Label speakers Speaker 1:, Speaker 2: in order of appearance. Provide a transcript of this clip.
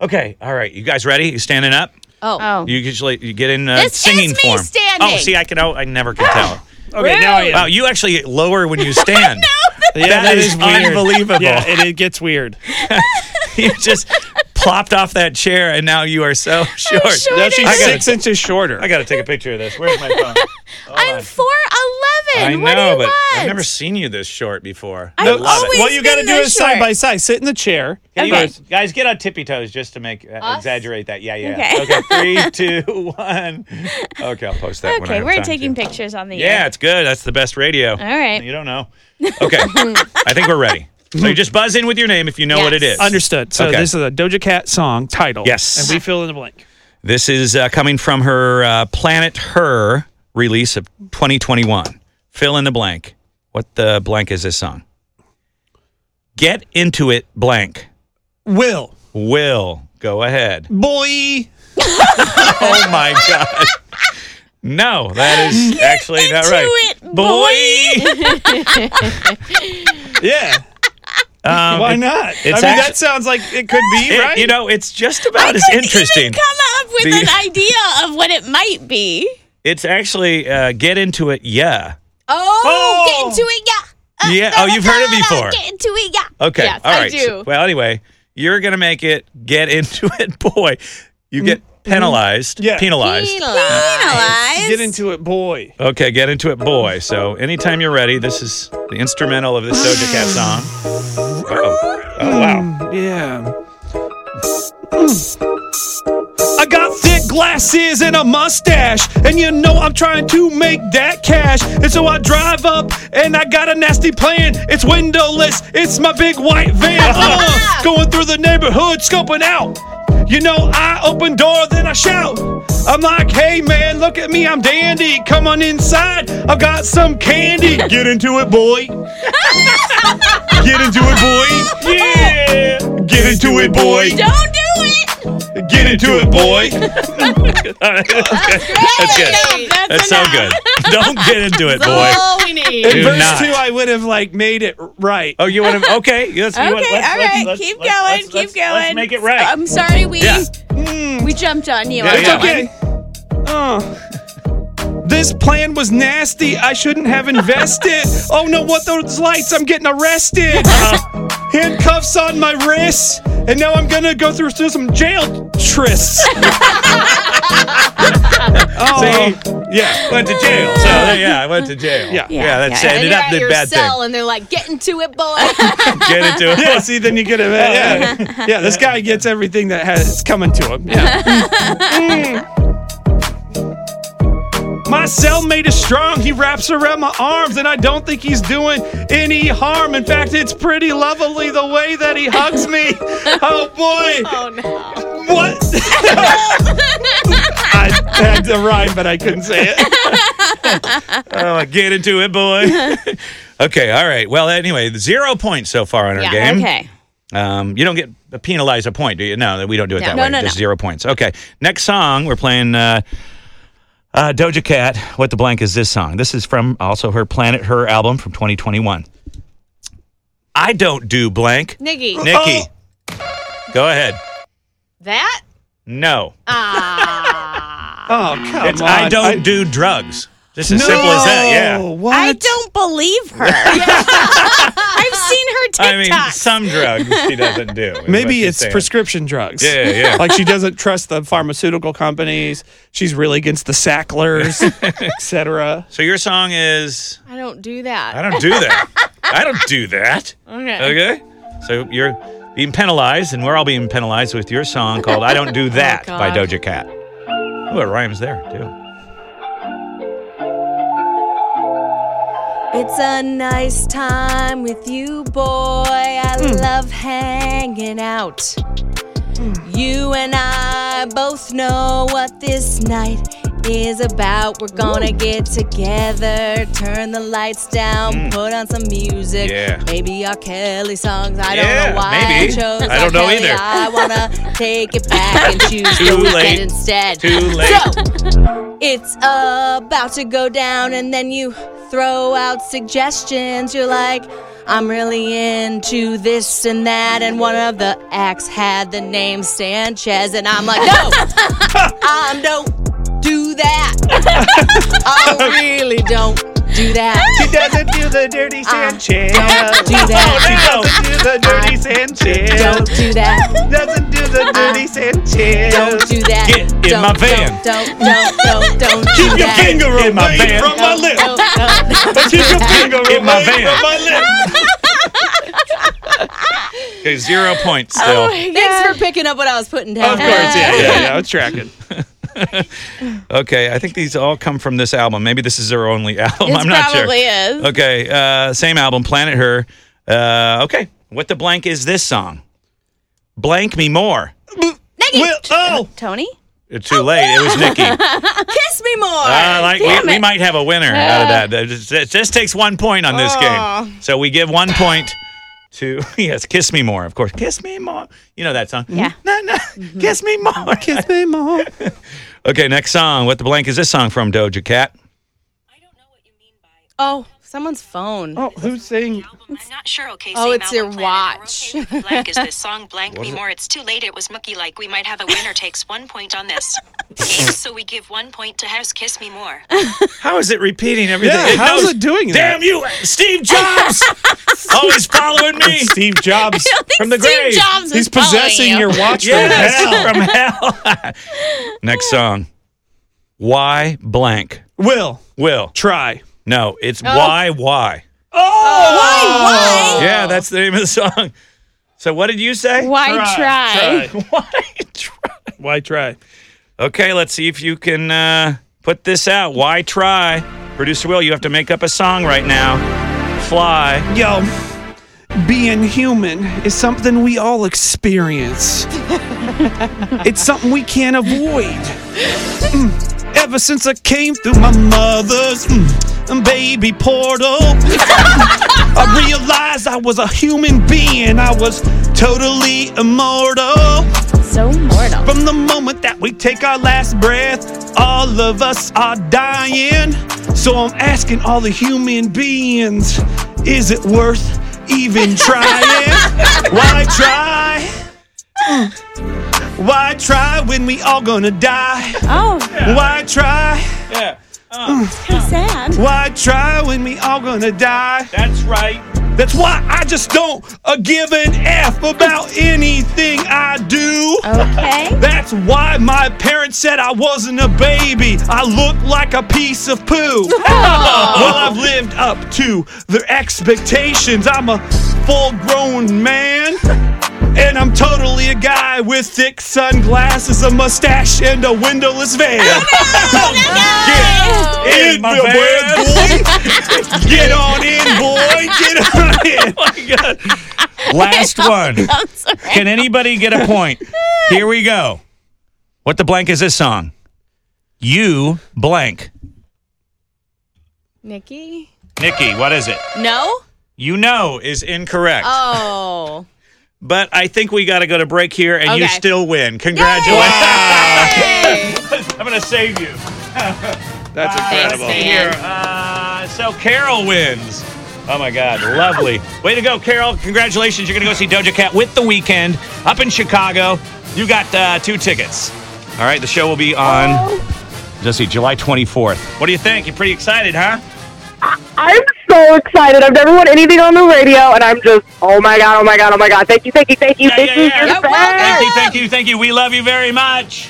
Speaker 1: Okay, all right. You guys ready? You standing up?
Speaker 2: Oh.
Speaker 3: Oh.
Speaker 1: You usually you get in uh,
Speaker 2: This
Speaker 1: singing
Speaker 2: is me
Speaker 1: form.
Speaker 2: standing.
Speaker 1: Oh, see, I can. Oh, I never could tell.
Speaker 4: Okay, now I
Speaker 2: Rude.
Speaker 4: am.
Speaker 1: Wow, you actually lower when you stand.
Speaker 4: yeah,
Speaker 1: that is unbelievable.
Speaker 4: Yeah, it, it gets weird.
Speaker 1: you just plopped off that chair, and now you are so short.
Speaker 2: short
Speaker 4: Now
Speaker 2: It
Speaker 4: she's
Speaker 1: I gotta-
Speaker 4: six inches shorter.
Speaker 1: I got to take a picture of this. Where's my phone? Hold
Speaker 2: I'm
Speaker 1: on.
Speaker 2: four eleven.
Speaker 1: I know,
Speaker 2: what do you
Speaker 1: but
Speaker 2: want?
Speaker 1: I've never seen you this short before.
Speaker 2: I
Speaker 1: I love
Speaker 2: I've
Speaker 1: it.
Speaker 2: always
Speaker 4: what you gotta
Speaker 2: been
Speaker 4: do
Speaker 2: this
Speaker 4: is side
Speaker 2: short.
Speaker 4: by side. Sit in the chair.
Speaker 1: Can you
Speaker 2: Okay.
Speaker 1: guys, guys get on tippy toes just to make uh,
Speaker 2: Us?
Speaker 1: exaggerate that? Yeah, yeah.
Speaker 3: Okay.
Speaker 1: Okay, three, two, one. Okay, I'll post that. when I
Speaker 3: Okay,
Speaker 1: have
Speaker 3: we're
Speaker 1: time
Speaker 3: taking
Speaker 1: to.
Speaker 3: pictures on the
Speaker 1: Yeah,
Speaker 3: air.
Speaker 1: it's good. That's the best radio.
Speaker 3: All right.
Speaker 1: You don't know. Okay, I think we're ready. So you just buzz in with your name if you know what it
Speaker 2: Yes.
Speaker 1: is.
Speaker 4: Understood. So
Speaker 1: Okay.
Speaker 4: this is a Doja Cat song title.
Speaker 1: Yes.
Speaker 4: And we fill in the blank.
Speaker 1: This is uh, coming from her uh, Planet Her release of 2021. Fill in the blank. What the blank is this song? Get into it, blank.
Speaker 4: Will.
Speaker 1: Will. Go ahead.
Speaker 4: Boy.
Speaker 1: Oh my God. No, that is actually not
Speaker 2: into
Speaker 1: right.
Speaker 2: it, boy.
Speaker 4: Yeah.
Speaker 1: Um,
Speaker 4: Why
Speaker 1: it-
Speaker 4: not? I mean,
Speaker 1: it's actu-
Speaker 4: that sounds like it could be,
Speaker 1: it-
Speaker 4: right?
Speaker 1: You know, it's just about as
Speaker 2: Couldn't
Speaker 1: interesting.
Speaker 2: Even come up with
Speaker 1: The-
Speaker 2: an idea of what it might be.
Speaker 1: It's actually uh, get into it, yeah.
Speaker 2: Oh,
Speaker 4: Oh.
Speaker 2: get into it, yeah. Uh,
Speaker 1: Yeah,
Speaker 2: da,
Speaker 1: oh,
Speaker 2: da,
Speaker 1: you've heard it
Speaker 2: da, da,
Speaker 1: before.
Speaker 2: Get into it, yeah.
Speaker 1: Okay.
Speaker 3: Yes,
Speaker 1: All
Speaker 3: I
Speaker 1: right.
Speaker 3: do.
Speaker 1: So- well, anyway, you're gonna make it. Get into it, boy. You get penalized.
Speaker 4: Mm-hmm. Yeah.
Speaker 1: Penalized.
Speaker 2: Penalized.
Speaker 4: Get into it, boy.
Speaker 1: okay. Get into it, boy. So anytime you're ready, this is the instrumental of this Doja Cat song. Uh-oh. Oh wow.
Speaker 4: Yeah. I got thick glasses and a mustache, and you know I'm trying to make that cash. And so I drive up, and I got a nasty plan. It's windowless, it's my big white van. Uh, going through the neighborhood, scoping out. You know I open door, then I shout. I'm like, hey man, look at me, I'm dandy. Come on inside, I've got some candy. Get into it, boy. Get into it, boy. Yeah. Get into it, boy.
Speaker 2: Don't do it.
Speaker 4: Get into it, boy.
Speaker 1: That's good.
Speaker 2: Enough, That's,
Speaker 1: That's so
Speaker 2: enough.
Speaker 1: good. Don't get into it, boy.
Speaker 3: All we need.
Speaker 4: In
Speaker 1: Do
Speaker 4: verse
Speaker 1: not.
Speaker 4: two, I would have like made it right.
Speaker 1: Oh, you want to? Okay. Yes, you wanna-
Speaker 3: Okay,
Speaker 1: let's-
Speaker 3: all
Speaker 1: let's-
Speaker 3: right,
Speaker 1: let's-
Speaker 3: keep
Speaker 1: let's-
Speaker 3: going,
Speaker 1: let's-
Speaker 3: keep
Speaker 1: let's-
Speaker 3: going. Um,
Speaker 1: Let's make it right.
Speaker 2: I'm sorry we
Speaker 1: Yeah.
Speaker 2: we jumped on you.
Speaker 1: Yeah,
Speaker 2: on
Speaker 4: it's
Speaker 1: yeah.
Speaker 2: that
Speaker 4: okay.
Speaker 2: one.
Speaker 4: Uh, this plan was nasty. I shouldn't have invested. Oh no, what those lights? I'm getting arrested. Handcuffs on my wrists, and now I'm gonna go through, through some jail trysts. oh, yeah.
Speaker 1: went to jail. So yeah, I went to jail.
Speaker 4: Yeah.
Speaker 1: yeah. That's
Speaker 2: yeah.
Speaker 1: ended
Speaker 2: And you're
Speaker 1: up
Speaker 2: at
Speaker 1: the
Speaker 2: your
Speaker 1: bad
Speaker 2: cell
Speaker 1: thing.
Speaker 2: and they're like, get into it, boy.
Speaker 1: Get into it.
Speaker 4: Yeah, see, then you
Speaker 1: Oh.
Speaker 4: get it. Yeah, yeah. This guy gets everything that has it's coming to him. Yeah. Mm. My cellmate is strong. He wraps around my arms, and I don't think he's doing any harm. In fact, it's pretty lovely the way that he hugs me. Oh boy!
Speaker 3: Oh, no.
Speaker 4: What? I had to rhyme, but I couldn't say it.
Speaker 1: Oh, get into it, boy. okay, all right. Well, anyway, zero points so far on our game.
Speaker 3: Okay.
Speaker 1: Um, you don't get penalized a point, do you? No, we don't do it that
Speaker 3: No,
Speaker 1: way.
Speaker 3: no, no.
Speaker 1: Just zero points. Okay. Next song, we're playing uh, uh, Doja Cat. What the blank is this song? This is from also her Planet Her album from 2021. I don't do blank.
Speaker 3: Nikki.
Speaker 1: Nikki, go ahead.
Speaker 3: That?
Speaker 1: No,
Speaker 4: Oh
Speaker 2: uh,
Speaker 3: Ah.
Speaker 4: come
Speaker 1: it's
Speaker 4: on!
Speaker 1: I don't do drugs. Just as
Speaker 4: No!
Speaker 1: simple as that. Yeah.
Speaker 4: What?
Speaker 2: I don't believe her. I've seen her
Speaker 1: I mean,
Speaker 2: TikToks.
Speaker 1: some drugs she doesn't do. is what
Speaker 4: Maybe
Speaker 1: she's
Speaker 4: it's
Speaker 1: saying.
Speaker 4: prescription drugs.
Speaker 1: Yeah, yeah.
Speaker 4: like she doesn't trust the pharmaceutical companies. She's really against the Sacklers, etc.
Speaker 1: So your song is
Speaker 3: I don't do that.
Speaker 1: I don't do that. I don't do that.
Speaker 3: Okay.
Speaker 1: Okay. So you're being penalized, and we're all being penalized with your song called "I Don't Do That"
Speaker 3: Oh,
Speaker 1: by
Speaker 3: God.
Speaker 1: Doja Cat. Oh, it rhymes there too.
Speaker 2: It's a nice time with you, boy. I
Speaker 1: Hmm.
Speaker 2: love hanging out. You and I both know what this night is about. We're gonna get together, turn the lights down, put on some music.
Speaker 1: Hmm. Yeah.
Speaker 2: Maybe our Kelly songs. I
Speaker 1: Yeah,
Speaker 2: don't know why
Speaker 1: maybe.
Speaker 2: I chose.
Speaker 1: I don't
Speaker 2: R.
Speaker 1: know
Speaker 2: Kelly.
Speaker 1: either.
Speaker 2: I wanna take it back and choose
Speaker 1: Too
Speaker 2: the weekend
Speaker 1: late.
Speaker 2: instead.
Speaker 1: Too late.
Speaker 2: So, it's about to go down, and then you throw out suggestions. You're like, I'm really into this and that. And one of the acts had the name Sanchez. And I'm like, no, I don't do that. I really don't do that.
Speaker 4: She doesn't do the dirty Sanchez.
Speaker 2: Uh, don't do that.
Speaker 4: Oh, she doesn't do the dirty Sanchez.
Speaker 2: Don't do that.
Speaker 4: Doesn't do the dirty Sanchez.
Speaker 2: Don't do that.
Speaker 1: Get in
Speaker 2: Don't,
Speaker 1: my van.
Speaker 2: Don't, don't, don't, don't, do
Speaker 4: Keep your
Speaker 2: that.
Speaker 4: finger
Speaker 1: In my
Speaker 4: away
Speaker 1: van.
Speaker 4: from my lip.
Speaker 2: Don't, don't,
Speaker 4: Keep your finger
Speaker 1: In my van.
Speaker 4: away from my lip.
Speaker 1: Okay, zero points
Speaker 3: Oh
Speaker 1: still.
Speaker 2: Thanks for picking up what I was putting down.
Speaker 4: Of course, yeah, yeah, yeah. I'm tracking.
Speaker 1: Okay, I think these all come from this album. Maybe this is their only album.
Speaker 3: This
Speaker 1: I'm not sure.
Speaker 3: probably is.
Speaker 1: Okay, uh, same album, Planet Her. Uh, okay, what the blank is this song? Blank me more.
Speaker 4: Well,
Speaker 3: Uh,
Speaker 4: oh,
Speaker 2: Tony,
Speaker 1: Too late. It was Nikki.
Speaker 2: kiss me more.
Speaker 1: I Uh, like
Speaker 3: Damn
Speaker 1: we, we
Speaker 3: it.
Speaker 1: might have a winner out of that. That just, it just takes one point on this
Speaker 3: Aw.
Speaker 1: game. So we give one point to yes, kiss me more. Of course, kiss me more. You know that song.
Speaker 3: Yeah. Mm-hmm.
Speaker 1: No, no, kiss me more.
Speaker 4: kiss me more.
Speaker 1: Okay, next song. What the blank is this song from Doja Cat?
Speaker 2: oh, someone's phone.
Speaker 4: Oh, who's saying?
Speaker 5: I'm not sure. Okay.
Speaker 3: Oh,
Speaker 5: same
Speaker 3: it's your
Speaker 5: album, Planet, we're
Speaker 3: watch.
Speaker 5: okay with you. blank is this song blank me more? It's too late. It was mucky. Like we might have a winner takes one point on this. so we give one point to House Kiss Me More.
Speaker 1: How is it repeating everything?
Speaker 4: Yeah, how's it doing that?
Speaker 1: Damn you, uh, Steve Jobs! Always Oh, following me.
Speaker 4: Steve Jobs from the
Speaker 3: Steve
Speaker 4: grave.
Speaker 3: Jobs is
Speaker 4: He's possessing
Speaker 3: following you.
Speaker 4: your watch
Speaker 1: Yes, from hell. Next song. Why blank?
Speaker 4: from hell. Will
Speaker 1: Will.
Speaker 4: try.
Speaker 1: No, it's
Speaker 3: Oh.
Speaker 1: why why.
Speaker 4: Oh,
Speaker 1: Yeah, that's the name of the song. So what did you say?
Speaker 3: Why
Speaker 4: Try,
Speaker 3: try?
Speaker 4: try.
Speaker 1: Why try?
Speaker 4: Why try?
Speaker 1: Okay, let's see if you can uh, put this out. Why try? Producer Will, you have to make up a song right now. Fly.
Speaker 4: Yo, being human is something we all experience. it's something we can't avoid. Mm, Ever since I came through my mother's mm, baby portal, mm, I realized I was a human being. I was totally immortal.
Speaker 3: So mortal.
Speaker 4: From the moment that we take our last breath, all of us are dying. So I'm asking all the human beings, is it worth even trying? Why try? Mm. Why try when we all gonna die?
Speaker 2: Oh,
Speaker 4: Why try?
Speaker 1: Yeah,
Speaker 2: sad.
Speaker 4: Why try when we all gonna die?
Speaker 1: that's right.
Speaker 4: That's why I just don't uh, give an F about anything I do.
Speaker 2: Okay.
Speaker 4: That's why my parents said I wasn't a baby. I look like a piece of poo. well, I've lived up to their expectations. I'm a full grown man. And I'm totally a guy with thick sunglasses, a mustache, and a windowless van.
Speaker 1: Yeah.
Speaker 4: Get
Speaker 1: In
Speaker 4: in
Speaker 1: my
Speaker 4: the
Speaker 1: van.
Speaker 4: bed, boy. Get on in, boy. Get on in.
Speaker 1: Oh Last one. Can anybody get a point? Here we go. What the blank is this song? You blank.
Speaker 3: Nikki?
Speaker 1: Nikki, what is it?
Speaker 3: No?
Speaker 1: You know is incorrect.
Speaker 3: Oh.
Speaker 1: but I think we got to go to break here and you
Speaker 3: Okay.
Speaker 1: still win. Congratulations.
Speaker 3: Hey.
Speaker 1: I'm going to save you.
Speaker 4: That's
Speaker 3: incredible.
Speaker 1: Let's see
Speaker 3: man.
Speaker 1: here. Uh, so Carol wins. Oh my God, lovely. Way to go, Carol. Congratulations. You're going to go see Doja Cat with the weekend up in Chicago. You got uh, two tickets. All right, the show will be on, let's see, July 24th. What do you think? You're pretty excited, huh?
Speaker 6: I'm so excited. I've never won anything on the radio, and I'm just, oh my god, oh my god, oh my god. Thank you, thank you, thank you,
Speaker 1: Yeah,
Speaker 6: thank
Speaker 1: yeah,
Speaker 6: you.
Speaker 1: yeah.
Speaker 6: You're the
Speaker 1: Thank you, thank you, thank you. We love you very much.